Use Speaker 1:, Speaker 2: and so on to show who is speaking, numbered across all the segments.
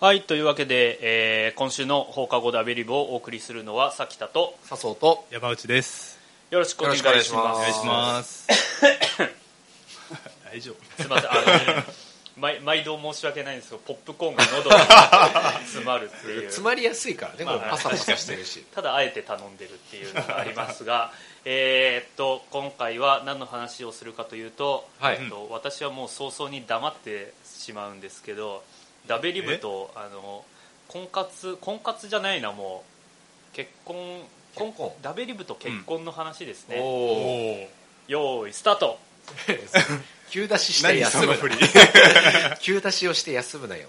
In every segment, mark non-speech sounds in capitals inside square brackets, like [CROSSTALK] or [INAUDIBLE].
Speaker 1: はいというわけで、えー今週の放課後ダベリブをお送りするのはさきたと
Speaker 2: 笹生と
Speaker 3: 山内です
Speaker 1: よろしくお願いし
Speaker 2: よ
Speaker 1: ま
Speaker 2: ろ
Speaker 1: す
Speaker 2: しくお願い
Speaker 3: お願いします大丈夫
Speaker 1: すいませんあのね毎毎度申し訳ないんですけどポップコーンが喉に [LAUGHS] 詰まるっていう
Speaker 2: 詰まりやすいからね、
Speaker 1: まあ
Speaker 2: これパサパサしてる
Speaker 3: [LAUGHS]
Speaker 2: し
Speaker 1: ただあえて頼んでるっていうのがあります
Speaker 2: [LAUGHS]
Speaker 1: がえーっと今回は何の話をするかというと,、
Speaker 2: はい
Speaker 1: えっと私はもう早々に黙ってしまうんですけどダベリブとあの婚活婚活じゃないなもう結婚
Speaker 2: 結婚
Speaker 1: ダベリブと結婚の話ですね、
Speaker 3: お
Speaker 2: おお
Speaker 3: お
Speaker 1: 用意スタート
Speaker 2: 急出しして
Speaker 3: 何
Speaker 2: 休
Speaker 3: そ
Speaker 2: む
Speaker 3: の
Speaker 2: な
Speaker 3: 振り
Speaker 2: 急出しをして休むなよ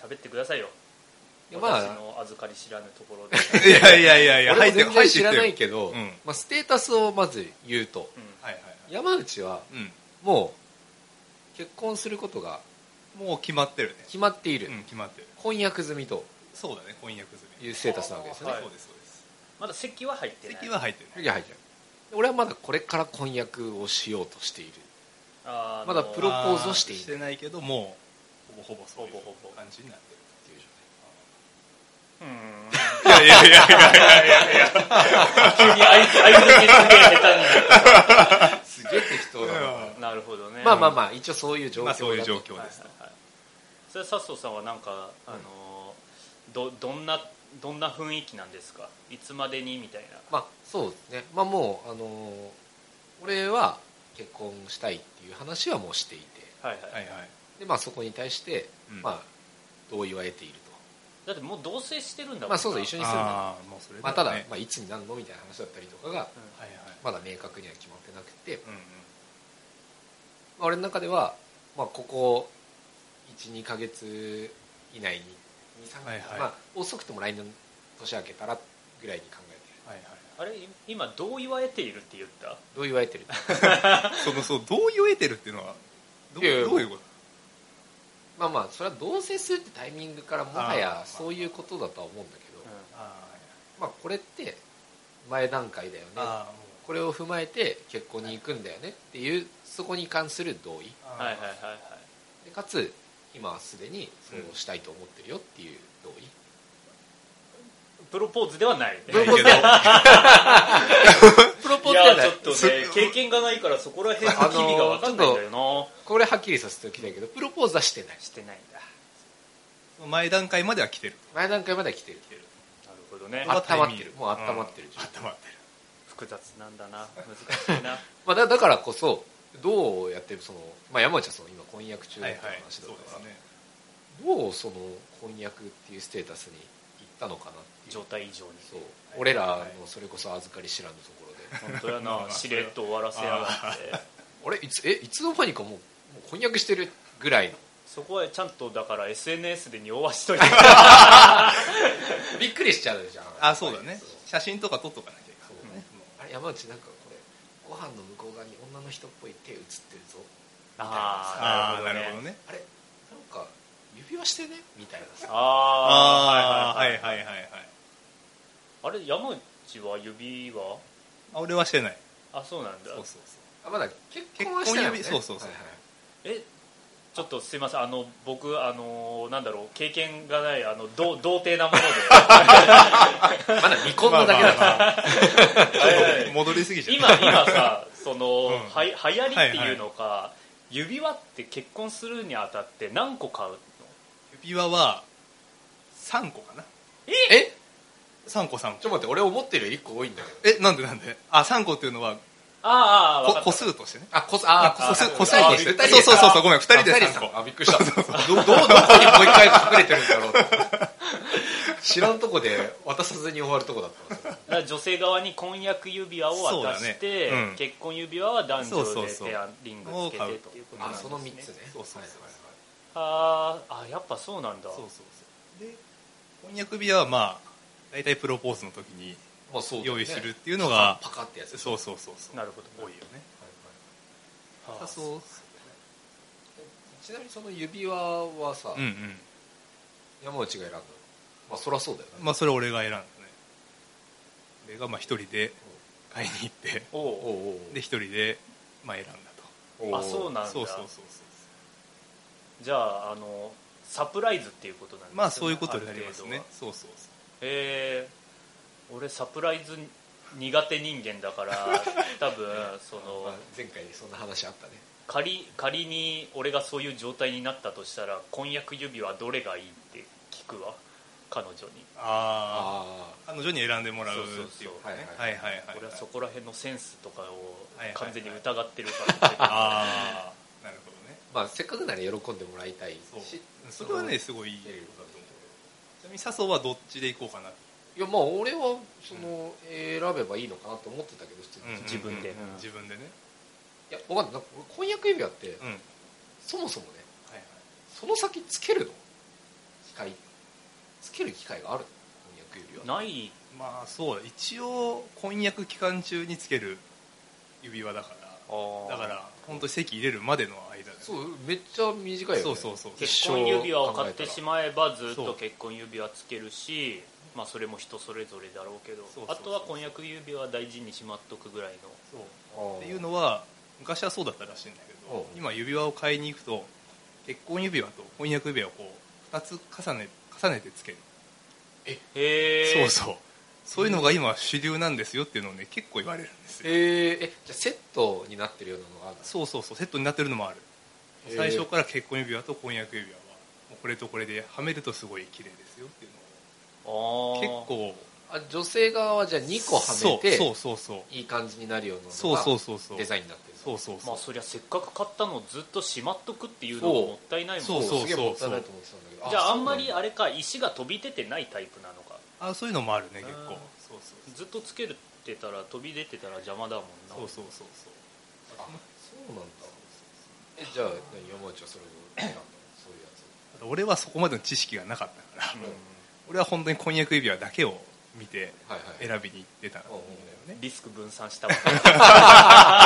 Speaker 1: 喋ってくださいよ、
Speaker 2: いや
Speaker 1: 私
Speaker 2: まあ
Speaker 1: の預かり知らぬところで、
Speaker 3: いやいやいやいや
Speaker 2: 俺
Speaker 3: 入
Speaker 2: も全
Speaker 3: ってる入
Speaker 2: 然
Speaker 3: って
Speaker 2: 知
Speaker 3: る
Speaker 2: らない
Speaker 3: は
Speaker 2: けど、
Speaker 3: うん
Speaker 2: まあ、ステータスをまず言うと
Speaker 1: うん
Speaker 3: いはい
Speaker 2: 山内はもう結婚することが
Speaker 3: うんもう決まってるね
Speaker 2: 決まっている、
Speaker 3: うん決まってる
Speaker 2: 婚約済みと
Speaker 3: そうだね婚約済み
Speaker 2: いうステータスなわけですよね、
Speaker 1: はい
Speaker 3: そうですそうです
Speaker 1: まだ席は入ってない
Speaker 3: 席は入ってる
Speaker 2: いやはいはい俺はまだこれから婚約をしようとしている
Speaker 1: あー
Speaker 2: まだプロポーズをしてい
Speaker 3: あ
Speaker 2: い
Speaker 3: ーしてないけどもうほぼほぼそういう
Speaker 1: ほぼほぼ
Speaker 3: 感じになってるって
Speaker 1: う
Speaker 3: いう状
Speaker 1: ーん
Speaker 3: 態いやいやいやいや
Speaker 1: 急に相づ相づちすげえ下手になる
Speaker 2: すげえ適当だな
Speaker 1: なるほどね
Speaker 2: まあまあまあ一応そう [LAUGHS] いう状況
Speaker 3: まあそういう状
Speaker 2: 況
Speaker 3: 況です
Speaker 1: はいはいはいそれ佐藤さんはなんかあのーどどんなどんな雰囲気なんですかいつまでにみたいな
Speaker 2: まあそうですねまあもうあのー俺は結婚したいっていう話はもうしていて
Speaker 1: はいはい、
Speaker 3: はいはい
Speaker 2: でまあそこに対して、
Speaker 3: うん
Speaker 2: まあ同意は得ている
Speaker 1: だってもう同棲してるんだもん
Speaker 2: と
Speaker 1: な
Speaker 2: まあそうそう一緒にするんだ
Speaker 3: ああもうそれ
Speaker 2: まあただ、
Speaker 3: ね
Speaker 2: まあ、いつになるのみたいな話だったりとかが
Speaker 3: はいはい
Speaker 2: まだ明確には決まってなくて、
Speaker 3: うんうん
Speaker 2: まあ俺の中では、まあ、ここ12ヶ月以内に23
Speaker 3: はいはい
Speaker 2: まあ遅くても来年の年明けたらぐらいに考えてる
Speaker 3: はいはい
Speaker 1: あれい今同意は得ているって言った
Speaker 2: どう言われてる
Speaker 3: そのそう同意を得てるっていうのはどう
Speaker 2: いやいや
Speaker 3: どういうこと
Speaker 2: まあまあそれは同棲するってタイミングからもはやそういうことだとは思うんだけど
Speaker 3: あ
Speaker 2: まあ、これって前段階だよね
Speaker 3: あ
Speaker 2: これを踏まえて結婚に行くんだよねっていうそこに関する同意
Speaker 3: あ
Speaker 1: はいはいはい
Speaker 2: でかつ今はすでにそうしたいと思ってるよっていう同意、
Speaker 1: プロポーズではない
Speaker 2: プロポーズ
Speaker 3: ないけど
Speaker 2: プロポー
Speaker 1: い
Speaker 2: ズじゃ
Speaker 1: や
Speaker 2: な
Speaker 1: ち
Speaker 2: い
Speaker 1: ょっとね経験がないからそこら辺の機微が分かんないんだよな、
Speaker 2: これはっきりさせておきたいけどプロポーズはしてない
Speaker 1: してないんだ
Speaker 3: その前段階までは来てる
Speaker 2: 前段階までは来てる
Speaker 1: なるほどね
Speaker 2: あ温まってる
Speaker 3: タイミング
Speaker 2: もう温まってる
Speaker 3: うん温まってる
Speaker 1: 複雑なんだな難しいな
Speaker 2: まあ、だだからこそどうやってその、まあ、山内はその今婚約中だ
Speaker 3: はい
Speaker 2: っ
Speaker 3: は
Speaker 2: た
Speaker 3: い
Speaker 2: 話だ
Speaker 3: そう
Speaker 2: か
Speaker 3: です
Speaker 2: ら、
Speaker 3: ね
Speaker 2: どうその婚約っていうステータスに行ったのかなってい
Speaker 1: 状
Speaker 2: う
Speaker 1: 態以上に
Speaker 2: そう俺らのそれこそ預かり知らぬところで
Speaker 1: 本当や
Speaker 3: まあま
Speaker 1: な
Speaker 3: あ
Speaker 1: しれっと終わらせやがって
Speaker 2: あれいつえいつの間にかもうもう婚約してるぐらいの
Speaker 1: そこはちゃんとだから
Speaker 3: [LAUGHS]
Speaker 1: SNS で匂わしといて
Speaker 2: びっくりしちゃうじゃん
Speaker 3: あそうだね
Speaker 2: そう
Speaker 3: 写真とか撮っとかなきゃいけないね
Speaker 2: あれ山内なんかこれご飯の向こう側に女の人っぽい手映ってるぞ
Speaker 1: あ
Speaker 3: あ
Speaker 1: ー
Speaker 3: あなるほどね
Speaker 2: あれなんか指輪してねみたいなさ
Speaker 1: あ
Speaker 3: あ
Speaker 1: ー
Speaker 3: あ
Speaker 1: は
Speaker 3: はいい
Speaker 1: は
Speaker 3: は
Speaker 1: はい
Speaker 3: いいはいはい
Speaker 1: あれ山内は指輪
Speaker 3: あ俺はしてない
Speaker 1: あそうなんだ
Speaker 3: そうそうそう
Speaker 2: あまだ結婚はしてないもんね
Speaker 3: 結婚指そうそうそう
Speaker 2: はいはい
Speaker 1: えちょっとすいませんあの僕あのーなんだろう経験がないあのどう童貞なもので
Speaker 2: まだ未婚なだけだか
Speaker 3: ま
Speaker 2: ら
Speaker 3: あまあまあ
Speaker 1: はいはい
Speaker 3: 戻りすぎち
Speaker 1: [LAUGHS]
Speaker 3: ゃ
Speaker 1: 今
Speaker 3: う
Speaker 1: 今さその、
Speaker 3: うん
Speaker 1: は流行りっていうのか、指輪って結婚するにあたって何個買うの
Speaker 3: 指輪は3個かな
Speaker 2: え
Speaker 3: 3個3
Speaker 2: ちょ
Speaker 3: 個
Speaker 2: っと待って俺思ってるより1個多いんだけど
Speaker 3: えなんでなんであ三3個っていうのは
Speaker 1: あーあーわか
Speaker 3: こ
Speaker 1: った
Speaker 3: 個数としてね
Speaker 2: あこす
Speaker 3: あ
Speaker 2: あ
Speaker 3: 個数
Speaker 2: あ
Speaker 3: 個数
Speaker 2: あ
Speaker 3: としてそうそうそうそうごめん2人で3個
Speaker 2: あびっくりしたど [LAUGHS] どどこにもう一回隠れてるんだろう知らんとこで渡さずに終わるとこだったんですよ
Speaker 1: だから女性側に婚約指輪を渡して、
Speaker 3: そうだねうん
Speaker 1: 結婚指輪は男
Speaker 3: そ
Speaker 1: 女
Speaker 3: う
Speaker 1: で
Speaker 3: そうそう
Speaker 1: ペアリングつけてっていうことなん
Speaker 2: あ
Speaker 1: です
Speaker 2: そ
Speaker 1: ね
Speaker 2: の3つね
Speaker 3: そうそうそ
Speaker 2: はい
Speaker 3: う
Speaker 2: はい
Speaker 1: あーあやっぱそうなんだ
Speaker 3: そうそうそうで婚約指輪はまあ大体プロポーズの時に
Speaker 2: まあそうだよ
Speaker 3: 用
Speaker 2: ね
Speaker 3: 意するっていうのが
Speaker 2: パカってやつ
Speaker 3: そうそうそうそう
Speaker 1: なるほど
Speaker 3: 多いよね
Speaker 2: はいは
Speaker 1: はあ
Speaker 3: あそう
Speaker 2: いちなみにその指輪はさ、
Speaker 3: うんうん
Speaker 2: 山内が選んだのまあそりゃそうだよね、
Speaker 3: まあそれ俺が選んだね俺がまあ一人で買いに行って
Speaker 1: お
Speaker 2: お
Speaker 1: う
Speaker 2: う
Speaker 3: で一人でまあ選んだ
Speaker 2: おうお
Speaker 1: あそうなん
Speaker 3: と
Speaker 1: だ
Speaker 3: そうそうそうそう
Speaker 1: じゃああのサプライズっていうことなんですよね
Speaker 3: まあそういうことになります
Speaker 1: ある程度
Speaker 3: ね
Speaker 1: は
Speaker 3: そうそうそ
Speaker 1: えー俺サプライズ苦手人間だから
Speaker 3: [LAUGHS]
Speaker 1: 多分そ
Speaker 2: まあ
Speaker 1: の
Speaker 2: 前回そんな話あったね
Speaker 1: 仮仮に俺がそういう状態になったとしたら婚約指輪どれがいいって聞くわ彼女に
Speaker 3: うあ
Speaker 2: あ
Speaker 3: あ彼女に選んでもらう
Speaker 1: そう
Speaker 3: っ
Speaker 1: そう
Speaker 3: てい
Speaker 1: そうう
Speaker 3: ことねはいはいはい
Speaker 1: 俺はそこら辺のセンスとかを
Speaker 3: はいはいはい
Speaker 1: 完全に疑ってるから、
Speaker 3: [LAUGHS] ああなるほどね
Speaker 2: あまあせっかくなら喜んでもらいたい
Speaker 3: そう
Speaker 2: し
Speaker 3: それはねすごいいいことだと思うちなみに笹生はどっちで行こうかなって
Speaker 2: いやまあ俺はその選べばいいのかなと思ってたけど普通に、
Speaker 3: うん
Speaker 2: い
Speaker 1: 自分で
Speaker 3: うんうんうん自分でね
Speaker 2: や分かんないなんか俺婚約指輪って、
Speaker 3: うんはい
Speaker 2: そもそもね
Speaker 3: はい
Speaker 2: その先つけるの機会つける機会があるの婚約指輪
Speaker 1: ない
Speaker 3: まあそう一応婚約期間中につける指輪だからだから本当に席入れるまでの間だよ
Speaker 2: そうめっちゃ短いよね
Speaker 3: そうそうそう
Speaker 1: 結婚指輪を買ってし
Speaker 2: ま
Speaker 1: まえばずっ
Speaker 3: そ
Speaker 1: と
Speaker 3: う
Speaker 1: 結婚指輪つけるしまあそれも人それぞれだろうけど
Speaker 3: そうそうそ
Speaker 1: あ
Speaker 3: う
Speaker 1: とは婚約指輪大事にしまっとくぐらいの
Speaker 3: そう
Speaker 2: う
Speaker 3: っ
Speaker 2: ってて
Speaker 3: い
Speaker 2: いう
Speaker 3: う
Speaker 2: の
Speaker 3: のは昔はそうだったらしいんだけ
Speaker 2: おう
Speaker 3: ど今指輪を買いに行くと結婚指輪と婚約指輪をこう2つ重ね重ねてつける、
Speaker 1: へえ
Speaker 3: そうそうそういうのが今主流なんですよっていうのをね結構言われるんです
Speaker 2: え
Speaker 3: よ
Speaker 2: ーえじゃあセットになってるようなのがある
Speaker 3: そうそうそうセットになってるのもある
Speaker 2: へー
Speaker 3: 最初から結婚指輪と婚約指輪はもうこれとこれではめるとすごい綺麗ですよっていう
Speaker 1: あ
Speaker 3: のを結構
Speaker 2: あ女性側はじゃあ2個はめ
Speaker 3: そ
Speaker 2: て
Speaker 3: うそうそう
Speaker 2: いい感じになるような
Speaker 3: そう
Speaker 2: の
Speaker 3: そう
Speaker 2: が
Speaker 3: そうそうそう
Speaker 2: デザインになってる
Speaker 3: そうそう
Speaker 1: ま
Speaker 3: そ
Speaker 1: あ
Speaker 3: う
Speaker 1: そりゃせっかく買ったのをずっとしまっとくっていうのももったいないもん
Speaker 3: そうそう
Speaker 2: すげえもったいないと思ってたんだけど
Speaker 1: じゃああんまり
Speaker 2: そう
Speaker 1: あれか石が飛び出てないタイプなのか
Speaker 3: あそういうのもあるね結
Speaker 1: うん
Speaker 3: 構そうそうそう
Speaker 1: ずっとつけるってたら飛び出てたら邪魔だもんな
Speaker 3: そうそうそうそう
Speaker 2: なんだあそうなんだえじゃあ何山内はそれを選んだのそういうやつ
Speaker 3: ただ俺はそこまでの知識がなかったから、俺は本当に婚約指輪だけを見て
Speaker 2: はいはい
Speaker 3: 選びに行ってたんだよね、
Speaker 1: リスク分散したわ
Speaker 3: [LAUGHS]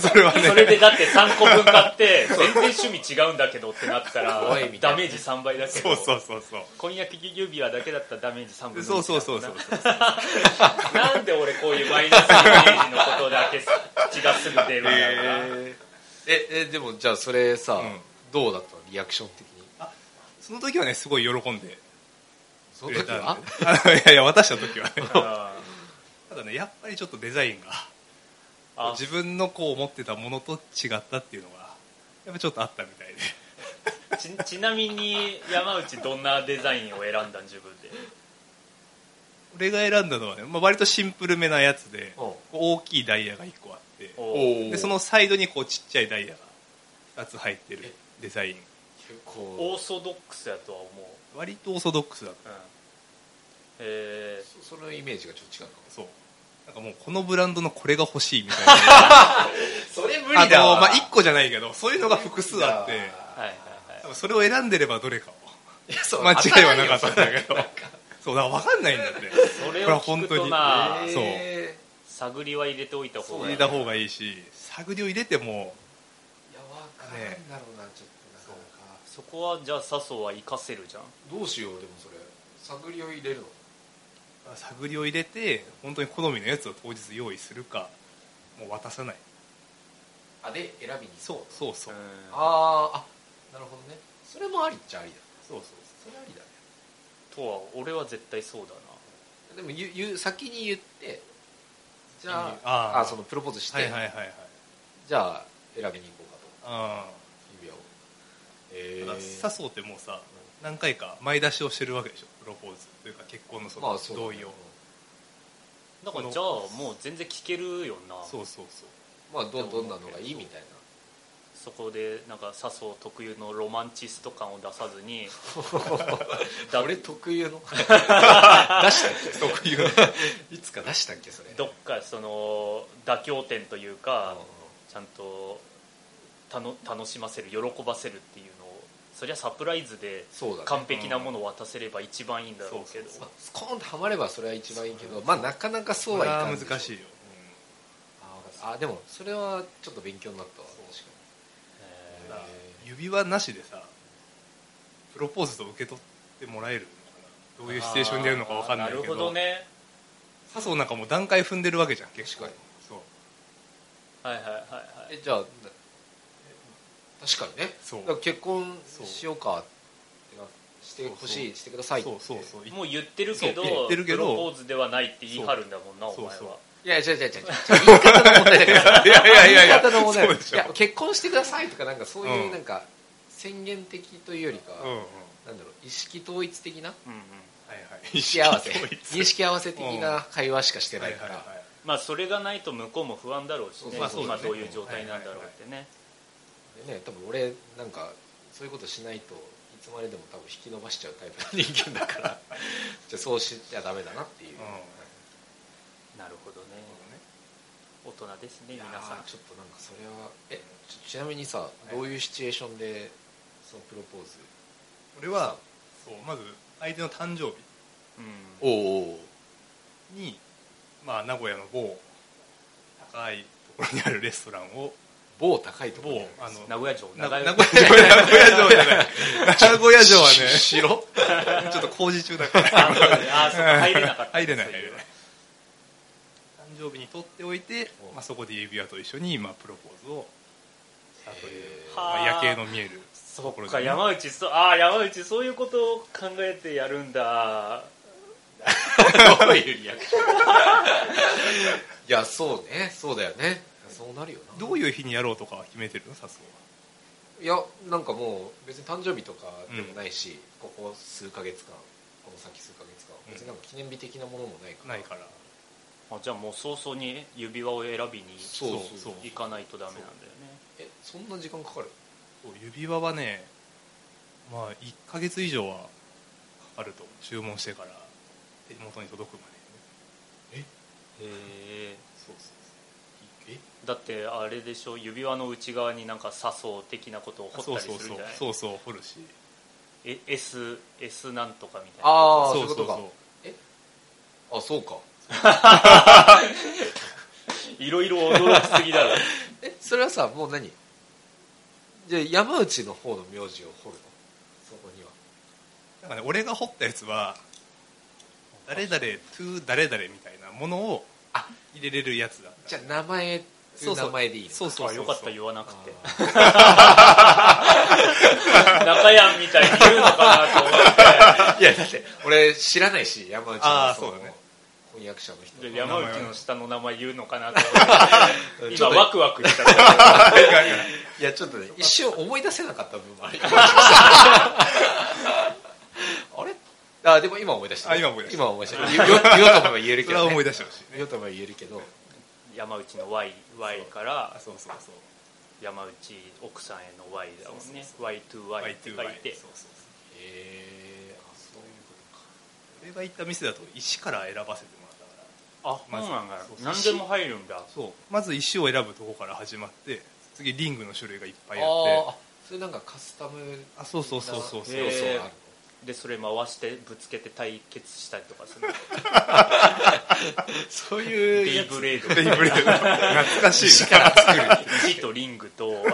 Speaker 3: それはね
Speaker 1: それでだって3個分買って全然趣味違うんだけどってなったら
Speaker 2: 怖いみたい
Speaker 1: ダ
Speaker 2: な
Speaker 1: メージ3倍だけ
Speaker 3: そ
Speaker 1: ど
Speaker 3: うそうそうそう
Speaker 1: 婚約指輪だけだったらダメージ3分の1
Speaker 3: そうそうそうそう
Speaker 1: [LAUGHS] なんで俺こういうマイナスイメージのことだけ血がすぐ出るんだろうな、
Speaker 2: ええでもじゃあそれさ、
Speaker 3: うん
Speaker 2: どうだったのリアクション的に
Speaker 3: その時はねすごい喜んで
Speaker 2: そ
Speaker 3: く
Speaker 2: の
Speaker 3: れ
Speaker 2: 時
Speaker 3: た
Speaker 2: は
Speaker 3: んで [LAUGHS] あのいやいや渡した時はね
Speaker 1: あ
Speaker 3: ただねやっぱりちょっとデザイン
Speaker 1: あ
Speaker 3: が自分のこう思ってたものと違ったっていうのがやっぱちょっとあったみたいで
Speaker 1: ーち [LAUGHS] ちなみに山内どんなデザインを選んだん自分で
Speaker 3: 俺が選んだのはね、まあ、割とシンプルめなやつで
Speaker 2: うん
Speaker 3: 大きいダイヤが1個あって
Speaker 1: お
Speaker 2: ー
Speaker 3: でそのサイドにこうちっちゃいダイヤが2つ入ってるデザイン
Speaker 2: 結構
Speaker 1: オーソドックスやとは思う、
Speaker 3: 割とオーソドックスだった
Speaker 1: うんえー
Speaker 2: そそのイメージがちょっと違うの
Speaker 3: そうなんかもうこのブランドのこれが欲しいみたいな
Speaker 2: それ無
Speaker 3: あの、まあ、1個じゃないけどそういうのが複数あって
Speaker 1: はいはいはい
Speaker 3: 多分それを選んでればどれかを
Speaker 2: 個
Speaker 3: 間違いはなかったんだけどそうだから分かんないんだって
Speaker 1: それ
Speaker 3: これは
Speaker 1: を聞
Speaker 3: 本
Speaker 1: く
Speaker 3: 当に
Speaker 1: とな
Speaker 3: そう
Speaker 1: 探りは入れておいた方が
Speaker 3: 入
Speaker 1: い
Speaker 3: れ
Speaker 1: い
Speaker 3: た方がいいし探りを入れても
Speaker 2: いやわかんないんだろうなちょっとなかなか
Speaker 1: そこはじゃあ笹生は活かせるじゃん
Speaker 2: どうしようでもそれ探りを入れるの
Speaker 3: 探りを入れて本当に好みのやつを当日用意するかもう渡さない
Speaker 2: あで選びに
Speaker 3: そうそうそう、
Speaker 1: うん
Speaker 2: あーあなるほどねそれもありっちゃありだ
Speaker 3: そうそう
Speaker 2: それありだね
Speaker 1: とは俺は絶対そうだ
Speaker 2: でもゆゆ先に言ってじゃあ
Speaker 3: あ
Speaker 2: あ
Speaker 3: ー
Speaker 2: そのプロポーズして、
Speaker 3: はいはいはいはい
Speaker 2: じゃあ選びに行こうかと
Speaker 3: あ
Speaker 2: 指輪を
Speaker 3: ー
Speaker 2: え
Speaker 3: ただ
Speaker 2: ー、
Speaker 3: 笹生ってもうさ何回か前出しをしてるわけでしょプロポーズというか結婚のそ
Speaker 2: ま
Speaker 3: の
Speaker 2: あそうだ
Speaker 3: 同
Speaker 2: ね
Speaker 3: 意を、
Speaker 1: なだから
Speaker 3: その
Speaker 1: じゃあもう全然聞けるよな
Speaker 3: そうそうそう
Speaker 2: [LAUGHS] まあどどんなのがいいみたいな
Speaker 1: そこでなんか笹生特有のロマンチスト感を出さずに [LAUGHS] だ
Speaker 2: 俺特有の出したっけ特有
Speaker 3: [LAUGHS]
Speaker 2: いつか出したっけそれ
Speaker 1: どっかその妥協点というか
Speaker 2: うん
Speaker 1: ちゃんとたの楽しませる喜ばせるっていうのをそりゃサプライズで
Speaker 2: そうだね
Speaker 1: 完璧なものを渡せれば一番いいんだろうけど
Speaker 3: そうそう
Speaker 2: まあスコーンとはまればそれは一番いいけどまあなかなかそうはいか
Speaker 3: こ
Speaker 2: ん
Speaker 3: れ
Speaker 2: でょ
Speaker 3: 難しいよ、
Speaker 2: あーわかったあーでもそれはちょっと勉強になったわ確か
Speaker 1: え
Speaker 3: ただ指輪なしでさプロポーズと受け取ってもらえるのかなどういうシチュエーションでやるのか分かんないけど
Speaker 1: あーなるほどね
Speaker 3: 笹生なんかもう段階踏んでるわけじゃん結構
Speaker 2: 確か
Speaker 3: そう
Speaker 1: はいはいはいはい
Speaker 2: にえじゃあな確かにね
Speaker 3: そう
Speaker 2: だから結婚しようかっしてほしいしてくださいって
Speaker 3: そうそうそう
Speaker 1: もう言ってるけど
Speaker 3: そう言ってるけど
Speaker 1: プロポーズではないって言い張るんだもんなお
Speaker 3: そう
Speaker 1: 前は
Speaker 3: そうそう
Speaker 2: いや違う違う違う違う言い方の問題だから
Speaker 3: [LAUGHS] いやいやいやいや
Speaker 2: 言い方の問題
Speaker 3: そう
Speaker 2: い
Speaker 3: でしょ
Speaker 2: や結婚してくださいとかなんかそういううんなんか宣言的というよりかは、
Speaker 3: うんうんはい
Speaker 2: なんだろう意識統一的な
Speaker 1: うんうん
Speaker 3: はい
Speaker 2: 意識合わせ
Speaker 3: 意識統
Speaker 2: 認
Speaker 3: 一
Speaker 2: 識合わせ的な会話しかしてないから、
Speaker 3: はいはいはい
Speaker 1: まあそれがないと向こうも不安だろうし
Speaker 2: そう
Speaker 1: ね
Speaker 2: まあそうだ
Speaker 1: 今
Speaker 2: ね
Speaker 1: どういう状態なんだろうってね
Speaker 2: でね多分俺なんかそういうことしないといつまででも多分引き伸ばしちゃうタイプの人間だから
Speaker 3: [LAUGHS]
Speaker 2: じゃあそうしちゃダメだなっていう、
Speaker 3: うん
Speaker 2: はい
Speaker 1: なるほどね大人ですね
Speaker 2: いや
Speaker 1: 皆
Speaker 2: ー
Speaker 1: さん
Speaker 2: ちょっとなんかそれはえちちなみにさどういうシチュエーションでそのプロポーズ
Speaker 3: 俺はそうまず相手の誕生
Speaker 1: うん
Speaker 2: おお
Speaker 3: 日に、まあ、名古屋の某高いところにあるレストランを
Speaker 2: 某高いところ
Speaker 3: 某
Speaker 2: に
Speaker 3: あの
Speaker 1: 名古屋城名
Speaker 3: な
Speaker 1: 古
Speaker 3: 名
Speaker 1: 屋
Speaker 3: 古屋城じゃない名古屋城は
Speaker 2: し白
Speaker 3: ねちょっと工事中だから
Speaker 1: あそうだね [LAUGHS] あそうか入れなかった
Speaker 3: 入れない
Speaker 1: そう
Speaker 3: 入
Speaker 1: う
Speaker 3: れない誕生日に取っておいて
Speaker 2: お、
Speaker 3: まあ、そこで指輪と一緒に、まあ、プロポーズをしたという
Speaker 2: へ、ー
Speaker 3: まあ
Speaker 1: はあ
Speaker 3: 夜景の見える
Speaker 1: そ
Speaker 3: ころ
Speaker 1: っ
Speaker 3: で
Speaker 1: か山内そうああ山内そういうことを考えてやるん
Speaker 3: [LAUGHS]
Speaker 1: だ
Speaker 2: どういうリアクションいやそうねそうだよねそうなるよな
Speaker 3: どういう日にやろうとかは決めてるのさす
Speaker 2: いやなんかもう別に誕生日とかでもないし、ここ数ヶ月間この先数ヶ月間
Speaker 3: うん
Speaker 2: 別になんか記念日的なものもないか
Speaker 3: が
Speaker 2: ら、
Speaker 3: ないから
Speaker 1: あじゃあもう早々に指輪を選びに
Speaker 2: そうそう
Speaker 3: そう
Speaker 1: 行かないとダメなんだよね
Speaker 2: えそんな時間かかる
Speaker 3: そう指輪はねまあ1ヶ月以上はかかると注文してから手元に届くま
Speaker 1: へえ
Speaker 3: でそうそう
Speaker 2: え
Speaker 1: だってあれでしょ指輪の内側になんか笹生的なことを
Speaker 3: そ
Speaker 1: 彫
Speaker 3: う
Speaker 1: った
Speaker 3: そ
Speaker 1: り
Speaker 3: う
Speaker 1: する
Speaker 3: そ
Speaker 1: ん
Speaker 3: う
Speaker 1: じゃない
Speaker 3: そうそう掘るし
Speaker 1: え S, S なんとかみたいな
Speaker 2: ああそう
Speaker 3: そ
Speaker 2: いううこ
Speaker 3: そう
Speaker 2: とか
Speaker 3: そ
Speaker 2: あそうか
Speaker 1: いろいろ驚きすぎだろ
Speaker 2: えそれはさもう何じゃあ山内の方の名字を掘るのそこには
Speaker 3: うなんかね俺が掘ったやつは誰々 to 誰々みたいなものを入れれるやつだった
Speaker 2: じゃあ名前っていう名前でいいの
Speaker 3: そうそう
Speaker 1: あ
Speaker 3: そう
Speaker 1: よかった
Speaker 3: よ
Speaker 1: 言わなくて
Speaker 2: あー
Speaker 1: 中やんみたいに言うのかなと思
Speaker 2: いやだって俺知らないし山内
Speaker 3: あ
Speaker 2: の
Speaker 3: ー
Speaker 2: その
Speaker 3: そうだね
Speaker 2: 翻訳者の人
Speaker 1: って
Speaker 2: ち
Speaker 1: 山内の下の名前言うのかなと思って今
Speaker 2: ょっと
Speaker 1: ワクワクしたから
Speaker 2: いやちょっとね一瞬思い出せなかった部分もあ
Speaker 3: [LAUGHS]
Speaker 2: りあれあでも今思い出した
Speaker 3: あ今思い出した
Speaker 2: 今思い出した言う言おうと思えば言える
Speaker 3: そ
Speaker 2: け
Speaker 3: れは
Speaker 2: ど、ね
Speaker 3: 思い、出してほしいね
Speaker 2: 言おうと思えば言えるけど
Speaker 1: 山内の Y, y から
Speaker 3: あそうそうそう
Speaker 1: 山内奥さんへの Y だもんね Y2Y って書
Speaker 3: Y2Y
Speaker 1: い
Speaker 3: そう
Speaker 1: て
Speaker 3: そうそう
Speaker 2: えー、あそういうこ
Speaker 3: 俺が行った店だと石から選ばせてもらったから
Speaker 1: あそう
Speaker 3: まず
Speaker 1: なんだ
Speaker 3: そうそう
Speaker 1: 何でも入るんだ
Speaker 3: そうまず石を選ぶとこから始まって次リングの種類がいっぱいあ
Speaker 2: と
Speaker 3: って
Speaker 2: かああそれなんかカスタム
Speaker 3: あそうそうそうそうそう、
Speaker 1: へ
Speaker 2: 要
Speaker 1: え
Speaker 2: 素がある
Speaker 1: でそれ回してぶつけて対決したりとかする
Speaker 2: のそういう
Speaker 1: デ
Speaker 2: や
Speaker 1: イ
Speaker 2: つ
Speaker 1: ブレード
Speaker 3: レイブレード懐かしいな
Speaker 1: 石とリングと
Speaker 2: 重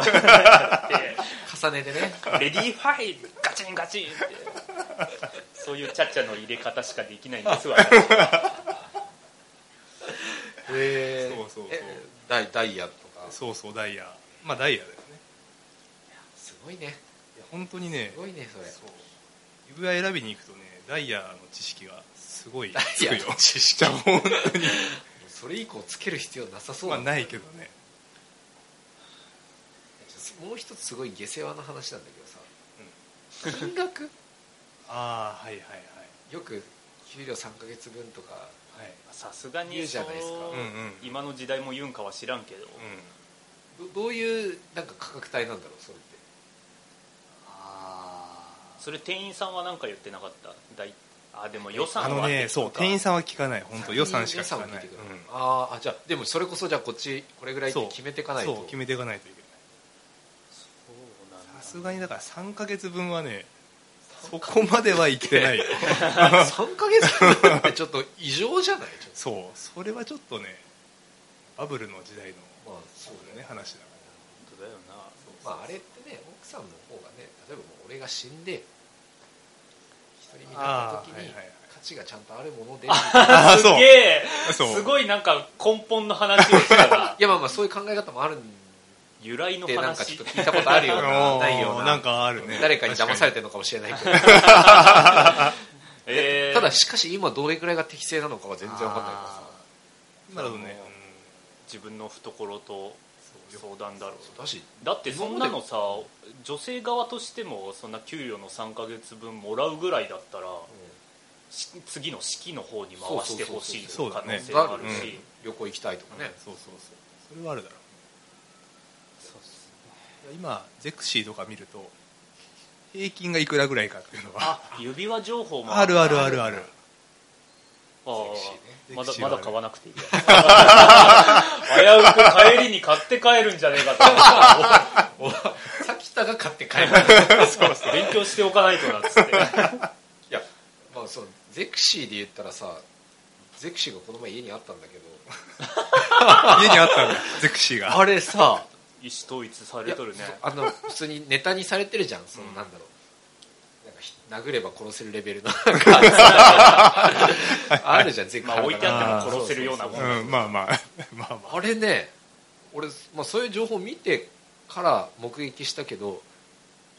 Speaker 2: ねてね
Speaker 1: レディーファイブガチンガチンってそういうちゃっちゃの入れ方しかできないんですわ私
Speaker 2: え
Speaker 3: そうそうそう
Speaker 2: えダイダイヤとか
Speaker 3: そうそうダイヤまあダイヤだよね
Speaker 2: すごいね
Speaker 3: いや本当にね
Speaker 2: すごいねそれ
Speaker 3: そう指輪選びに行くとねダイヤの知識がすごい
Speaker 2: ダ
Speaker 3: つ
Speaker 2: イ
Speaker 3: く
Speaker 2: ヤ
Speaker 3: よ
Speaker 2: の知識
Speaker 3: じゃあ本
Speaker 2: それ以降つける必要なさそ
Speaker 3: 当
Speaker 2: う
Speaker 3: まあ
Speaker 2: だね
Speaker 3: ないけどね
Speaker 2: もう一つすごい下世話な話なんだけどさ、
Speaker 3: う
Speaker 2: 金額
Speaker 3: ああはいはいは
Speaker 2: [LAUGHS] よく給料3ヶ月分とか
Speaker 3: いはい
Speaker 1: さすが
Speaker 2: 言う
Speaker 1: に
Speaker 2: じ
Speaker 1: そ
Speaker 2: ゃ
Speaker 1: の
Speaker 2: ないですか
Speaker 3: うんうん
Speaker 1: 今の時代も言うんかは知らんけど
Speaker 3: うん
Speaker 2: どどういうなんか価格帯なんだろうそれって
Speaker 3: あ
Speaker 1: それ店員さんは何か言ってなかっただいあでも予算は
Speaker 3: あのねそう店員さんは聞かない本当予算しか
Speaker 2: 予
Speaker 3: 聞か
Speaker 2: 算を
Speaker 3: ない
Speaker 2: 聞いてくる、
Speaker 3: うん
Speaker 2: あーあじゃあでもそれこそじゃあこっちこれぐらいって決めていかないと
Speaker 3: そう決めていかないといけな
Speaker 1: そうなんだ
Speaker 3: いさすがにだから3か月分はねそこまではいってないよ
Speaker 2: [LAUGHS] 3ヶ月分ってちょっと異常じゃないちょっ
Speaker 3: そうそれはちょっとねバブルの時代の
Speaker 2: とまあそうだ
Speaker 3: ね
Speaker 2: ね
Speaker 3: 話だか
Speaker 1: 本当だよな
Speaker 2: まああれってね奥さんの方がね例えばもう俺が死んで独り身だった時
Speaker 3: あーは
Speaker 2: に
Speaker 3: いはいはい
Speaker 2: 価値がちゃんとあるもので
Speaker 3: [LAUGHS] らあ
Speaker 1: すげえ
Speaker 3: そう
Speaker 1: すごいなんか根本の話をしたら
Speaker 3: [LAUGHS]
Speaker 2: いやまあまあそういう考え方もあるん
Speaker 1: 由来の
Speaker 2: ってなんかち
Speaker 1: 話
Speaker 2: ょっと聞いたことあるような
Speaker 3: [LAUGHS] おー
Speaker 2: ないような
Speaker 3: なんかあるね
Speaker 2: 誰かに騙されてるのかもしれないけど
Speaker 1: えー
Speaker 2: ただしかし今どれぐらいが適正なのかは全然わかんないからさ
Speaker 3: なるほどね
Speaker 1: 自分の懐と相談だろう
Speaker 2: そうだし
Speaker 1: だってそんなのさ女性側としてもそんな給料の3か月分もらうぐらいだったら、し次の式の方に回してほしい
Speaker 3: そうそ
Speaker 1: 可
Speaker 3: うそうそう
Speaker 1: 能性がある
Speaker 3: そうだね
Speaker 1: し
Speaker 2: 旅行行きたいとか
Speaker 3: ね
Speaker 2: ね
Speaker 3: そうそうそうそれはあるだろうね今ゼクシーとか見ると平均がいくらぐらいかっていうのは
Speaker 1: あ指輪情報も
Speaker 3: あるあるあるある
Speaker 1: あ
Speaker 2: ゼクシーね
Speaker 1: ーまだ
Speaker 3: ゼクシー
Speaker 1: ま
Speaker 3: はある
Speaker 1: だ買わなくていいや危うく帰りに買って帰るんじゃねえか
Speaker 2: 滝田が買って帰る
Speaker 1: と思って勉強しておかないとなっつって
Speaker 2: いやまあそうゼクシーで言ったらさゼクシーがこの前家にあったんだけど
Speaker 3: 家にあったんだゼクシーが
Speaker 2: あれさ
Speaker 1: 意思統一されとるね
Speaker 2: いやそうあの普通にネタにされてるじゃんそのなんだろう、なんかひ殴れば殺せるレベルのなんかあるじゃんゼク
Speaker 1: ま
Speaker 2: ハラ
Speaker 1: あ
Speaker 2: が
Speaker 1: 置いてあっても殺せるようなもんだ
Speaker 3: うんまあま [LAUGHS] あまあまあ
Speaker 2: あれね俺、まあ、そういう情報を見てから目撃したけど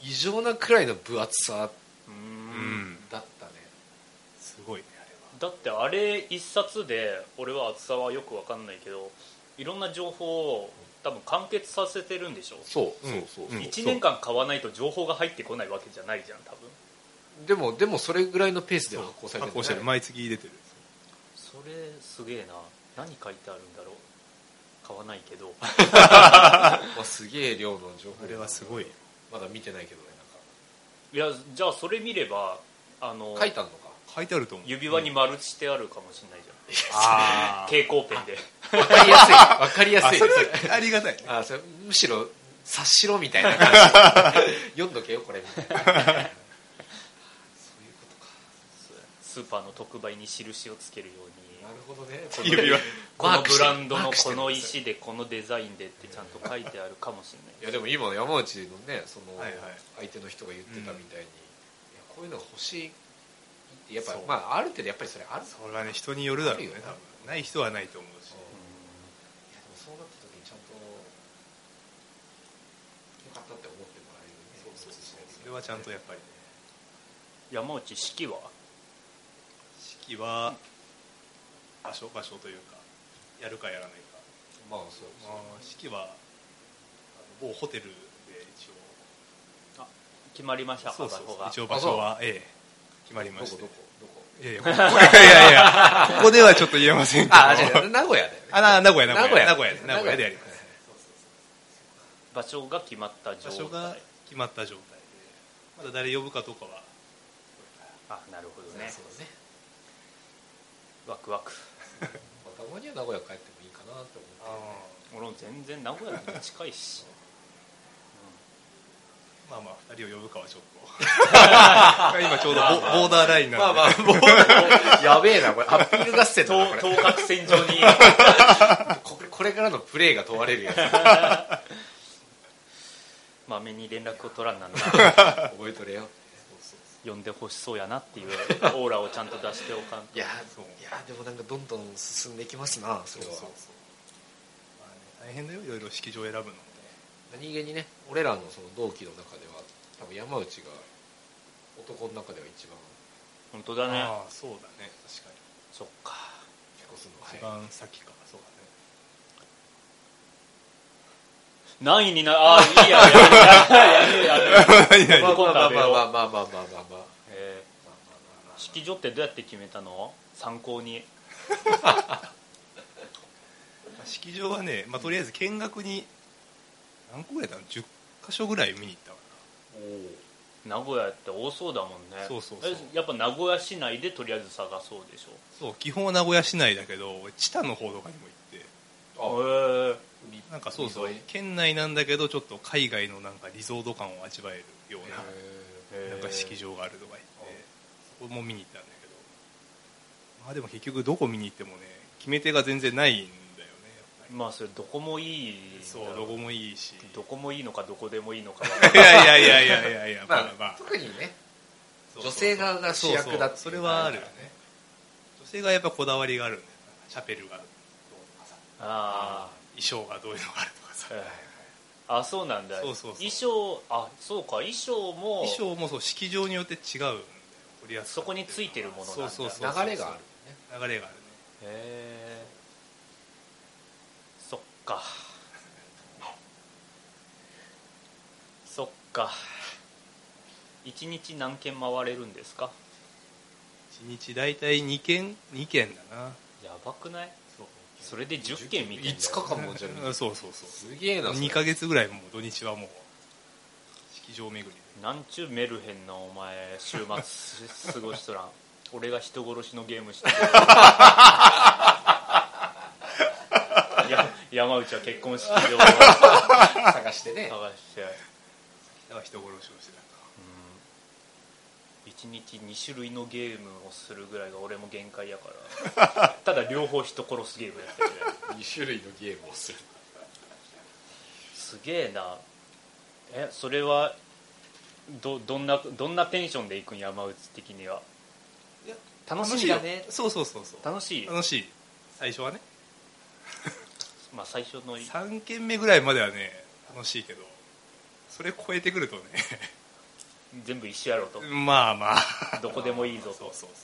Speaker 2: 異常なくらいの分厚さ
Speaker 1: うー
Speaker 3: う
Speaker 1: ん
Speaker 3: ん
Speaker 2: だったね
Speaker 3: すごいねあれは
Speaker 1: だってあれ一冊で俺は厚さはよくわかんないけどいろんな情報を多分完結させてるんでしょ
Speaker 2: そうそううんそう、
Speaker 3: うん
Speaker 1: 1年間買わないと情報が入ってこないわけじゃないじゃん多分
Speaker 2: でもでもそれぐらいのペースで発行されて
Speaker 3: 発行してる
Speaker 2: ね
Speaker 3: 毎月出てる
Speaker 1: それすげえな何書いてあるんだろう買わないけど
Speaker 2: まあすげえ量の情報
Speaker 3: あれはすごい
Speaker 2: まだ見てないけどね
Speaker 1: いやじゃあそれ見ればあの
Speaker 2: なんか書いたのか
Speaker 3: 書いてあると思う
Speaker 1: 指輪に丸してあるかもしれないじゃん
Speaker 3: あー
Speaker 1: 蛍光ペンで
Speaker 2: わかりやすいわかりや
Speaker 3: あ
Speaker 2: すい
Speaker 3: そ
Speaker 2: で
Speaker 3: れ
Speaker 2: す
Speaker 3: はありがたいね
Speaker 2: あそれむしろ察しろみたいな感じ読んどけよこれみたいなそういうことか
Speaker 1: スーパーの特売に印をつけるように
Speaker 2: なるほどね
Speaker 3: 指輪
Speaker 1: このブランド
Speaker 2: マ
Speaker 1: の
Speaker 2: ークして
Speaker 1: こ
Speaker 2: る
Speaker 1: の石でこのデザインでってちゃんと書いてあるかもしれない
Speaker 2: いやでも今の山内のねその
Speaker 3: はいはい
Speaker 2: 相手の人が言ってたみたいに、いやこういうのが欲しいってやっぱ
Speaker 3: そう
Speaker 2: まあある程度やっぱりそれあるぞ
Speaker 3: それはね人によるだろうね
Speaker 2: あるよね
Speaker 3: 多分ない人はないと思うし
Speaker 2: いやでもそうなった時にちゃんとよかったって思ってもらえるようにそう
Speaker 3: それはちゃんとやっぱりね
Speaker 1: 山内式は
Speaker 3: 式は場所場所というかやるかやらないか、
Speaker 2: まあそう
Speaker 3: まあ、式はあの某ホテルで一
Speaker 1: 決まりました
Speaker 3: 応そうそう
Speaker 1: 幅が
Speaker 3: 一応場所はええ決まりま
Speaker 2: ど
Speaker 3: し
Speaker 2: こ
Speaker 3: て
Speaker 2: どこどこ
Speaker 3: いやいやここ [LAUGHS] いやいやここではちょっと言えませんけど
Speaker 2: ああ違う名古屋だよね
Speaker 3: あな名古屋名古屋
Speaker 2: 名
Speaker 3: 名
Speaker 2: 古屋
Speaker 3: 古屋で名古屋でやります
Speaker 1: 場所が決まった
Speaker 3: 場
Speaker 1: 状
Speaker 3: 所
Speaker 1: 態
Speaker 3: が決まった状態でまだ誰呼ぶかとかは
Speaker 1: あなるほどね
Speaker 2: ねそうだね
Speaker 1: ワクワク
Speaker 2: まあたまには名古屋帰ってもいいかなって思って [LAUGHS]
Speaker 1: 俺も全然名古屋に近いし
Speaker 3: まあまあ2人を呼ぶかはちょっ
Speaker 2: [LAUGHS]
Speaker 3: と今ちょうどボボーダーラインなんで、
Speaker 2: やべえなこれアッピール合戦だな
Speaker 1: 等
Speaker 2: これ
Speaker 1: 等角線上
Speaker 2: [LAUGHS]
Speaker 1: に
Speaker 2: これこれからのプレーが問われるやつ
Speaker 1: まめに連絡を取らんなん
Speaker 2: [LAUGHS]
Speaker 1: だ
Speaker 2: 覚えとれよ
Speaker 1: 呼んでほしそうやなっていうオーラをちゃんと出しておかん
Speaker 2: いや
Speaker 3: そう
Speaker 2: いやでもなんかどんどん進んでいきますなそれは
Speaker 3: そうそうそうまあね、大変だよいろいろ式場選ぶのもね
Speaker 2: 何気にね俺らのその同期の中では多分山内が男の中では一番
Speaker 1: 本当だね
Speaker 3: ああそうだね確かに
Speaker 1: そっか
Speaker 2: 結婚するの
Speaker 3: 一
Speaker 2: 早い
Speaker 3: 番先かそうだね
Speaker 1: 何位になあーいいやいやいやいやい
Speaker 3: [LAUGHS]
Speaker 1: やいやいや
Speaker 2: まあ
Speaker 1: 今度
Speaker 2: まあ
Speaker 1: はべ
Speaker 2: ま
Speaker 1: よ
Speaker 2: あ
Speaker 1: う
Speaker 2: まあまあまあまあまあまあまあ
Speaker 1: えー式場ってどうやって決めたの参考に
Speaker 3: まあ式場はね、まあ、とりあえず見学に何個ぐらいだろう10箇所ぐらい見に行ったか
Speaker 1: 名古屋って多そうだもんね
Speaker 3: そうそうそう
Speaker 1: えやっぱ名古屋市内でとりあえず探そうでしょ
Speaker 3: なそう基本は名古屋市内だけど俺知多の方とかにも行って
Speaker 2: お
Speaker 1: へ
Speaker 2: う
Speaker 1: え
Speaker 2: あ
Speaker 3: なんかそうそう
Speaker 2: 海沿い
Speaker 3: 県内なんだけどちょっと海外のなんかリゾート感を味わえるよう
Speaker 2: へ
Speaker 3: ななんか式
Speaker 1: 場
Speaker 3: 場があるとか言ってそこも見に行ったんだけどまあでも結局どこ見に行ってもね決め手が全然ないんだよねやっぱり
Speaker 1: まあそれどこもいい
Speaker 3: そうどこもいいし
Speaker 1: どこもいいのかどこでもいいの
Speaker 3: [LAUGHS]
Speaker 1: か
Speaker 3: いやいやいやいやいやいや
Speaker 2: ー
Speaker 3: まあま
Speaker 2: まあ
Speaker 3: あ
Speaker 2: 特にね
Speaker 3: そうそう
Speaker 2: 女性側が主役だっていう
Speaker 3: そうそうそれはあるよね女性がやっぱこだわりがあるんだよチャペルがどうとかさ
Speaker 1: あ
Speaker 3: 衣装がどういうのがあるとかさ
Speaker 1: あ、えあそうなんだ
Speaker 3: そうそうそう
Speaker 1: 衣装あそうか衣装も
Speaker 3: 衣装もそう式場によって違うんだよ取り扱
Speaker 1: そ
Speaker 3: って
Speaker 1: こ
Speaker 3: る
Speaker 1: についてるものなんだ
Speaker 3: そうそうそう
Speaker 2: 流れがあるね
Speaker 3: 流れがあるね
Speaker 1: へえそっかそっか一日何件回れるんですか
Speaker 3: 一日大体2件2件だな
Speaker 1: やばくない
Speaker 3: そう
Speaker 1: それで10件見てんだよ
Speaker 2: 5日間もじゃ
Speaker 3: う
Speaker 2: あ
Speaker 3: んそうそうそう
Speaker 2: すげえなそれ
Speaker 3: 2ヶ月ぐらいもう土日はもう式場巡り
Speaker 1: なんちゅうメルヘンなお前週末過ごしと [LAUGHS] らん俺が人殺しのゲームして [LAUGHS] るや山内は結婚式場を探
Speaker 2: 探してね
Speaker 1: して
Speaker 3: だから人殺しをしてた
Speaker 1: 1日2種類のゲームをするぐらいが俺も限界やからただ両方人殺すゲームやってるね
Speaker 2: 2種類のゲームをする
Speaker 1: すげえなえそれはどどんなどんなテンションで行くん山内的にはい
Speaker 3: や
Speaker 2: 楽しみだね
Speaker 3: そうそうそうそう
Speaker 1: 楽しい、
Speaker 3: 楽しい最初はね
Speaker 1: まあ、最初の
Speaker 3: 3軒目ぐらいまではね楽しいけどそれ超えてくるとね
Speaker 1: 全部一緒やろうと
Speaker 3: まあまあ
Speaker 1: どこでもいいぞ
Speaker 3: そう
Speaker 1: と
Speaker 3: そうそ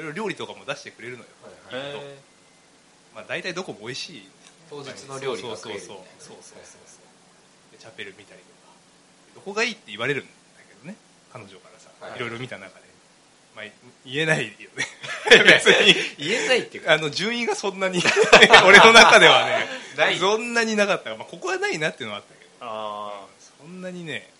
Speaker 3: ういろいろ料理とかも出してくれるのよ、
Speaker 2: はい
Speaker 3: いろいろ
Speaker 1: へ
Speaker 3: まあ、大体どこも美味しい
Speaker 2: 当日の料理
Speaker 3: そう
Speaker 2: が
Speaker 3: そ
Speaker 2: 食
Speaker 3: う
Speaker 2: え
Speaker 3: そ
Speaker 2: る
Speaker 3: う
Speaker 2: みた
Speaker 3: そ
Speaker 2: いうな
Speaker 3: そうそうそうでチャペル見たりとかどこがいいって言われるんだけどね彼女からさ、、
Speaker 2: はいい
Speaker 3: ろいろ見た中で、まあ、言えないよね別に
Speaker 2: 言えないっていうか
Speaker 3: あの順位がそんなに [LAUGHS] 俺の中では
Speaker 2: な
Speaker 3: ね
Speaker 2: い
Speaker 3: そんなになかったから、まあ、ここはないなっていうのはあったけど
Speaker 1: ああ
Speaker 3: そんなにね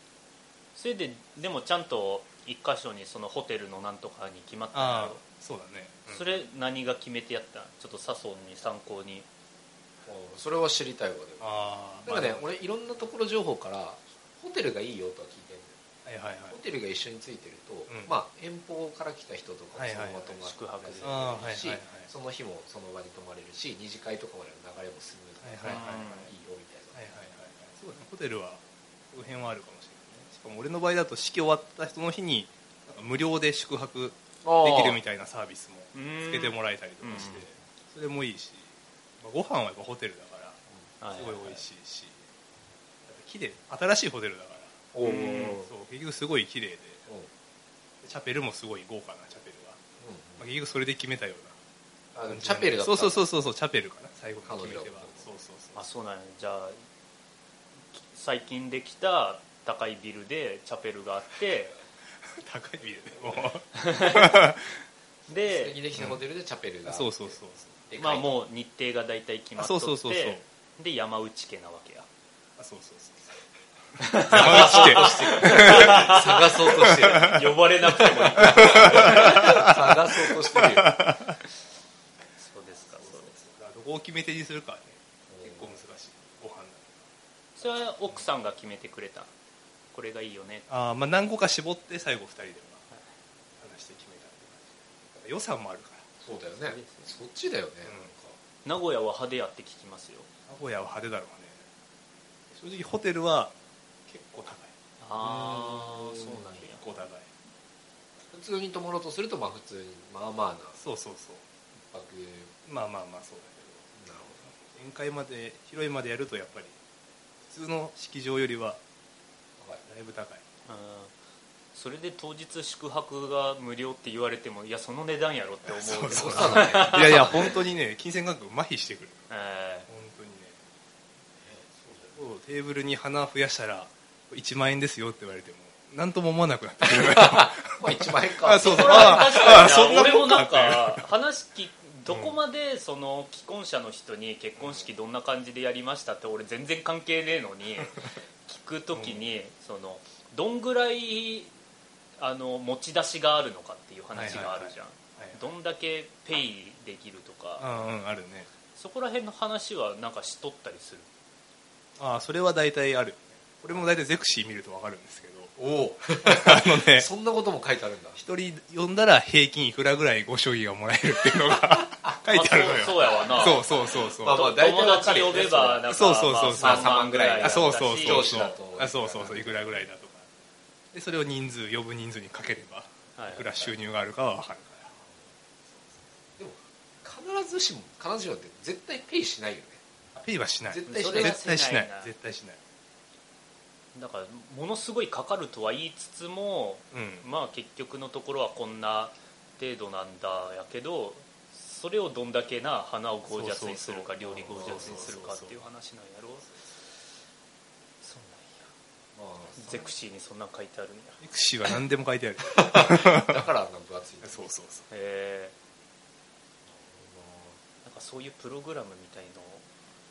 Speaker 1: それででもちゃんと一箇所にそのホテルのなんとかに決まったんや
Speaker 3: ああ
Speaker 1: ろ
Speaker 3: そうだね、うん
Speaker 1: それ何が決めてやったんちょっと笹生に参考に
Speaker 2: おそれは知りたいわでも
Speaker 3: ああ
Speaker 2: なんかね、
Speaker 3: まあ
Speaker 2: 俺いろんなところ情報からホテルがいいよとは聞いてる
Speaker 3: はいはいはい
Speaker 2: ホテルが一緒についてると、
Speaker 3: うん
Speaker 2: まあ、遠方から来た人とかも
Speaker 3: はい
Speaker 2: そ
Speaker 3: は
Speaker 2: のまま
Speaker 3: い
Speaker 2: 泊まって
Speaker 1: 宿泊で
Speaker 3: あーはいはい
Speaker 2: し
Speaker 3: はい
Speaker 2: その日もその場に泊まれるし二次会とかまでの流れもスムーズだ
Speaker 3: はい
Speaker 2: か
Speaker 3: はいは
Speaker 2: ら
Speaker 3: いはい
Speaker 2: いいよみたいな、
Speaker 3: はいはいはいそうだねホテルはこの辺はあるかもしれないねしかも俺の場合だと式終わった人の日になんか無料で宿泊できるみたいなサービスもつけてもらえたりとかして
Speaker 1: うん
Speaker 3: それもいいし、まあ、ご飯はやっぱホテルだか
Speaker 1: はい
Speaker 3: らすごい美味しいしあと木で新しいホテルだから
Speaker 2: お
Speaker 1: う
Speaker 2: おー
Speaker 1: ん
Speaker 2: うんうん
Speaker 3: そう結局すごい綺麗でチャペルもすごい豪華なチャペルが、まあ、結局それで決めたよう
Speaker 2: あで
Speaker 3: な
Speaker 2: もチャペルだった
Speaker 3: そうそう
Speaker 2: う
Speaker 3: そうそうそうチャペルかな最後に決めて
Speaker 2: 彼女
Speaker 3: は
Speaker 2: は
Speaker 3: そうそうそう
Speaker 1: あそうなんやじゃあき最近できた高いビルでチャペルがあ
Speaker 3: [LAUGHS]
Speaker 1: って
Speaker 3: 高いビルでもう
Speaker 2: 素敵
Speaker 1: で、
Speaker 2: できたホテルでチャペルが、
Speaker 3: そうそうそう
Speaker 2: でかい
Speaker 1: まあ、もう日程が大体決まっとって
Speaker 3: あそうそうそうそ
Speaker 1: で山内家なわけ
Speaker 3: [LAUGHS]
Speaker 1: や
Speaker 3: あそうそうそうそう山口県
Speaker 2: 探そうとしてる
Speaker 1: 呼ばれなくてもいい
Speaker 2: [LAUGHS] 探そうとして
Speaker 3: [LAUGHS]
Speaker 2: る
Speaker 1: [LAUGHS]
Speaker 2: よ
Speaker 1: そうですかそうです
Speaker 3: どこを決め手にするかはね結構
Speaker 2: うん
Speaker 3: 難しいご飯だ
Speaker 1: それは奥さんが決めてくれたこれがいいよね
Speaker 3: あー、まあ何個か絞って最後2人では話して決めたって感じ予算もあるか
Speaker 2: そうだよねそっちだよね、
Speaker 3: ん
Speaker 2: なんか
Speaker 1: 名古屋は派手やって聞きますよ
Speaker 3: ら名古屋は派手だろうね正直ホテルは結構高い
Speaker 1: あ
Speaker 2: う
Speaker 1: あ
Speaker 2: ん
Speaker 1: そうなんや
Speaker 3: 結構高い
Speaker 2: 普通に泊まろうとするとまあ普通にまあまあな
Speaker 3: そうそうそう
Speaker 2: 一泊
Speaker 3: まあまあまあそうだ
Speaker 2: なるほ
Speaker 3: けど宴会まで広いまでやるとやっぱり普通の式場よりは
Speaker 2: どはい
Speaker 3: だいぶ高い
Speaker 1: うんそれで当日宿泊が無料って言われてもいやその値段やろって思うけど
Speaker 3: そう [LAUGHS]
Speaker 2: そうだね
Speaker 3: いやいや本当にね金銭感覚麻痺してくる
Speaker 1: え
Speaker 3: 本当にねそうテーブルに花増やしたら1万円ですよって言われても何とも思わなくなってく [LAUGHS] る
Speaker 2: まあ1万円か
Speaker 3: あそう
Speaker 1: ー
Speaker 3: そう
Speaker 1: これは確か
Speaker 3: あ
Speaker 1: に
Speaker 3: そんな
Speaker 1: 俺
Speaker 3: も
Speaker 1: も
Speaker 3: んか
Speaker 1: なんか話聞きどこまでその既婚者の人に結婚式どんな感じでやりましたって俺全然関係ねえの
Speaker 3: [LAUGHS]
Speaker 1: に聞くときにそのどんぐらいあの持ち出しがあるのかっていう話があるじゃん
Speaker 3: はいはい
Speaker 1: どんだけペイできるとか
Speaker 3: うんうんあるね
Speaker 1: そこら辺の話はなんかしとったりする
Speaker 3: ああそれは大体あるこれも大体ゼクシー見ると分かるんですけど
Speaker 2: おお
Speaker 3: [LAUGHS] あのね
Speaker 2: そんなことも書いてあるんだ
Speaker 3: 一人呼んだら平均いくらぐらいご将棋がもらえるっていうのが [LAUGHS] 書いてあるの
Speaker 1: あそう
Speaker 3: よ
Speaker 1: そうやわな
Speaker 3: そうそうそうそう
Speaker 2: まあまあ
Speaker 1: と
Speaker 2: 大体
Speaker 1: 友
Speaker 2: わか
Speaker 1: 達
Speaker 2: るよ
Speaker 1: 呼
Speaker 2: ね
Speaker 1: べばなんか
Speaker 3: そうそうそうそう
Speaker 1: まあ3万ぐらいだった
Speaker 3: あ
Speaker 1: し
Speaker 3: そうそうそう
Speaker 2: 上司
Speaker 3: そう
Speaker 2: だと
Speaker 3: あそうそうそういくらぐらいだとかでそれを人数呼ぶ人数にかければ
Speaker 1: はい
Speaker 3: いくら収入があるかは分かるから
Speaker 2: でも必ずしも必ずしもって絶対ペイしないよね
Speaker 3: ペイはしない
Speaker 2: 絶対し
Speaker 1: そ
Speaker 2: な
Speaker 1: れ
Speaker 2: い
Speaker 1: は
Speaker 3: 絶対しな
Speaker 1: し
Speaker 3: い
Speaker 1: ないな
Speaker 3: 絶対しない
Speaker 1: だからものすごいかかるとは言いつつも
Speaker 3: うん
Speaker 1: まあ結局のところはこんな程度なんだやけどそれをどんだけな花をゴージャスにするか
Speaker 3: そうそうそう
Speaker 1: 料理ゴージャスにするかっていう話なんやろそう
Speaker 2: ま
Speaker 1: なんやゼクシーにそんなん書いてあるんや
Speaker 3: ミクシーは何でも書いてある
Speaker 2: あ、だからあんな分厚いんだ
Speaker 3: そうそうそ
Speaker 1: へえなんかそういうプログラムみたいの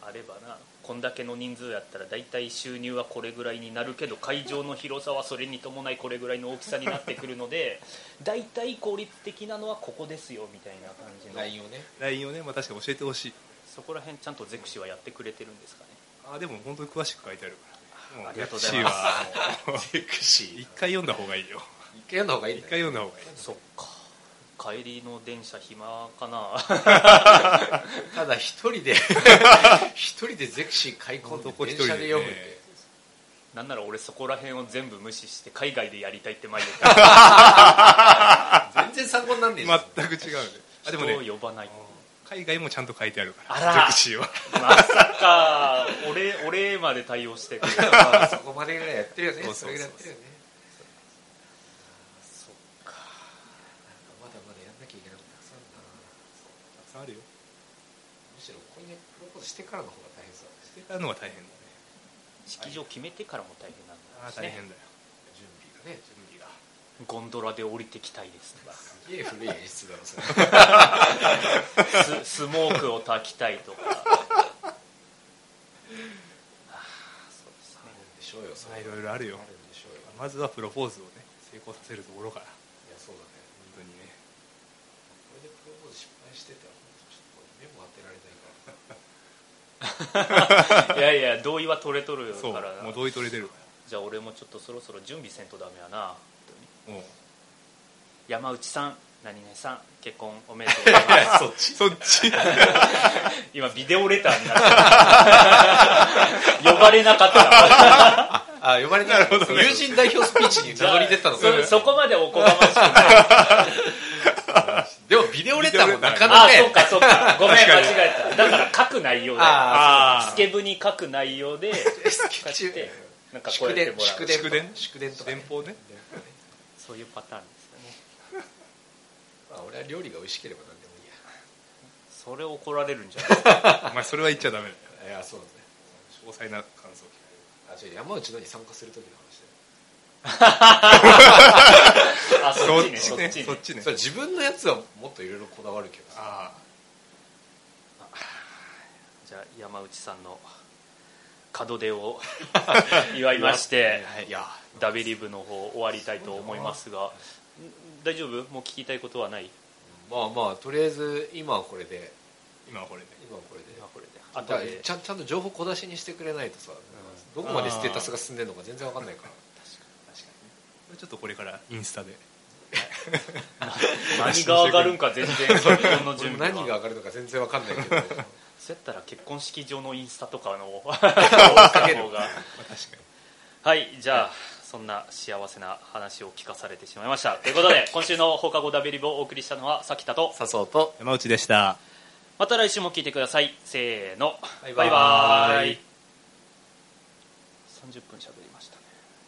Speaker 1: あればなこんだけの人数やったら大体収入はこれぐらいになるけど会場の広さはそれに伴いこれぐらいの大きさになってくるの [LAUGHS] で大体効率的なのはここですよみたいな感じ
Speaker 2: ラ
Speaker 1: の
Speaker 2: インをね
Speaker 3: う LINE をね、まあ、確かに教えてほしい
Speaker 1: そこら辺ちゃんとゼクシーはやってくれてるんですかね
Speaker 3: あでも本当に詳しく書いてあるからねも
Speaker 1: ありがとうございます
Speaker 3: ゼ
Speaker 2: ゼ
Speaker 3: クシーは
Speaker 2: クシー
Speaker 3: 一回読んだ方がいいよ
Speaker 2: 一回読んだ方がいい
Speaker 3: 一
Speaker 2: ね
Speaker 3: 回読んだ方がいい
Speaker 1: そっか帰りの電車暇かな [LAUGHS]
Speaker 2: ただ一人で [LAUGHS] 一人でゼクシー開墾と
Speaker 3: 男一
Speaker 2: 電
Speaker 3: 人で
Speaker 2: 車で読むって、
Speaker 1: なんなら俺そこら辺を全部無視して海外でやりたいって前言って
Speaker 2: 全然参考になんねえぞ
Speaker 3: 全く違うねあでもね
Speaker 1: 人を呼ば [LAUGHS] ない
Speaker 3: 海外もちゃんと書いてあるから
Speaker 1: あら
Speaker 3: ゼクシーは
Speaker 1: まさか俺俺まで対応してくる
Speaker 2: ま [LAUGHS] あそこまでぐらいやってるよね
Speaker 3: そう
Speaker 2: そ
Speaker 3: そう
Speaker 2: れ
Speaker 3: そうそう
Speaker 2: ぐらいやってるよね
Speaker 1: そっか
Speaker 2: まだまだやんなきゃいけないことたくさんあるな
Speaker 3: たくさんあるよ
Speaker 2: むしろ婚約プロポーズしてからの方が大変そうだね
Speaker 3: してからのは大変だね
Speaker 1: 式場決めてからも大変なん
Speaker 3: あ
Speaker 1: だ
Speaker 3: あ
Speaker 1: し
Speaker 3: 大
Speaker 1: ね
Speaker 3: 変だよ
Speaker 2: 準備がね準備が
Speaker 1: ゴンドラで降りてきたいですとか
Speaker 2: すげえ古い演出だろそれ
Speaker 1: ススモークを焚きたいとかああそうですね
Speaker 2: あるんでしょうよそ
Speaker 3: まあ
Speaker 2: れは
Speaker 3: いろいろ
Speaker 2: あ
Speaker 3: あるよ
Speaker 2: るんでしょうよい
Speaker 3: まずはプロポーズをね成功させるところから
Speaker 2: やそうだね
Speaker 3: 本当にね
Speaker 2: これでプロポーズ失敗してたら本当ちょっとこれ目も当てられないから
Speaker 1: いやいや同意は取れとる
Speaker 3: そう
Speaker 1: から
Speaker 3: も
Speaker 1: な
Speaker 3: う同意取れてるか
Speaker 1: じゃあ俺もちょっとそろそろ準備せんとダメやな
Speaker 3: らもう
Speaker 1: 山内さん何々さん結婚おめでとうございます
Speaker 3: そっちそっち
Speaker 1: 今ビデオレターになってる [LAUGHS] 呼ばれなかった
Speaker 2: あ呼ばれたるほど、友人代表スピーチに名乗り出たのか
Speaker 1: そそこまでおこがましくない
Speaker 2: でもビデオレターもなかな
Speaker 1: あ
Speaker 2: かね
Speaker 1: そうかそうかごめん
Speaker 3: 確
Speaker 1: 間
Speaker 3: かに
Speaker 1: 違えただから書く内容だよ
Speaker 3: あ
Speaker 1: スケブに書く内容で
Speaker 2: ケ
Speaker 1: 書
Speaker 2: チ
Speaker 1: いてなんかこう
Speaker 2: 祝
Speaker 1: やって
Speaker 2: 電
Speaker 1: もら
Speaker 2: 祝
Speaker 1: う
Speaker 2: 電祝
Speaker 3: 祝電
Speaker 2: 電とかね
Speaker 3: 電報ね
Speaker 2: 電報ね
Speaker 1: そういうパターンですよね
Speaker 2: まあ俺は料理が美味しければ何でもいいや
Speaker 1: それ怒られるんじゃない
Speaker 3: あお前それは言っちゃダメだよ
Speaker 2: いやそうだね
Speaker 3: 詳細な感想を聞か
Speaker 2: あじゃあ山内のに参加する時の話だよ
Speaker 1: [LAUGHS] あそっち
Speaker 3: れ
Speaker 1: ねそっ
Speaker 3: る
Speaker 1: ちね
Speaker 3: そっちね
Speaker 2: それ自分のやつはもっといろいろこだわるけどさ
Speaker 3: ああ
Speaker 1: じゃあ山内さんの門出 [LAUGHS] を祝いまして
Speaker 2: いや
Speaker 1: ダベリブの方終わりたいと思いますがん大丈夫もう聞きたいことは [LAUGHS] ない
Speaker 2: まあまあとりあえず今はこれで
Speaker 3: 今はこれで
Speaker 2: 今はこれで
Speaker 1: 今これであ
Speaker 2: だか
Speaker 1: と
Speaker 2: ら
Speaker 1: で
Speaker 2: ちゃんちゃんと情報小出しにしてくれないとさどこまでステータスが進んでるのか全然わかんないから
Speaker 3: 確かにねこれちょっとこれからインスタで
Speaker 1: 何が上がるんか全然 [LAUGHS] 結婚の
Speaker 2: 俺
Speaker 1: 準
Speaker 2: も
Speaker 1: 備は
Speaker 2: 何が上がるのか全然わかんないけ
Speaker 1: [LAUGHS]
Speaker 2: ど
Speaker 1: そうやったら結婚式場のインスタと [LAUGHS] かの追っ
Speaker 2: かける
Speaker 1: 方が
Speaker 3: まあ確かに
Speaker 1: はいじゃあそんな幸せな話を聞かされてしまいましたということで今週の放課後ダベリブをお送りしたのはさきたと
Speaker 2: 誘うと
Speaker 3: 山内でした
Speaker 1: また来週も聞いてくださいせーの
Speaker 2: バ
Speaker 1: バ
Speaker 2: イ
Speaker 1: イ
Speaker 2: バ
Speaker 1: バ
Speaker 2: イ
Speaker 1: イ30分しゃべる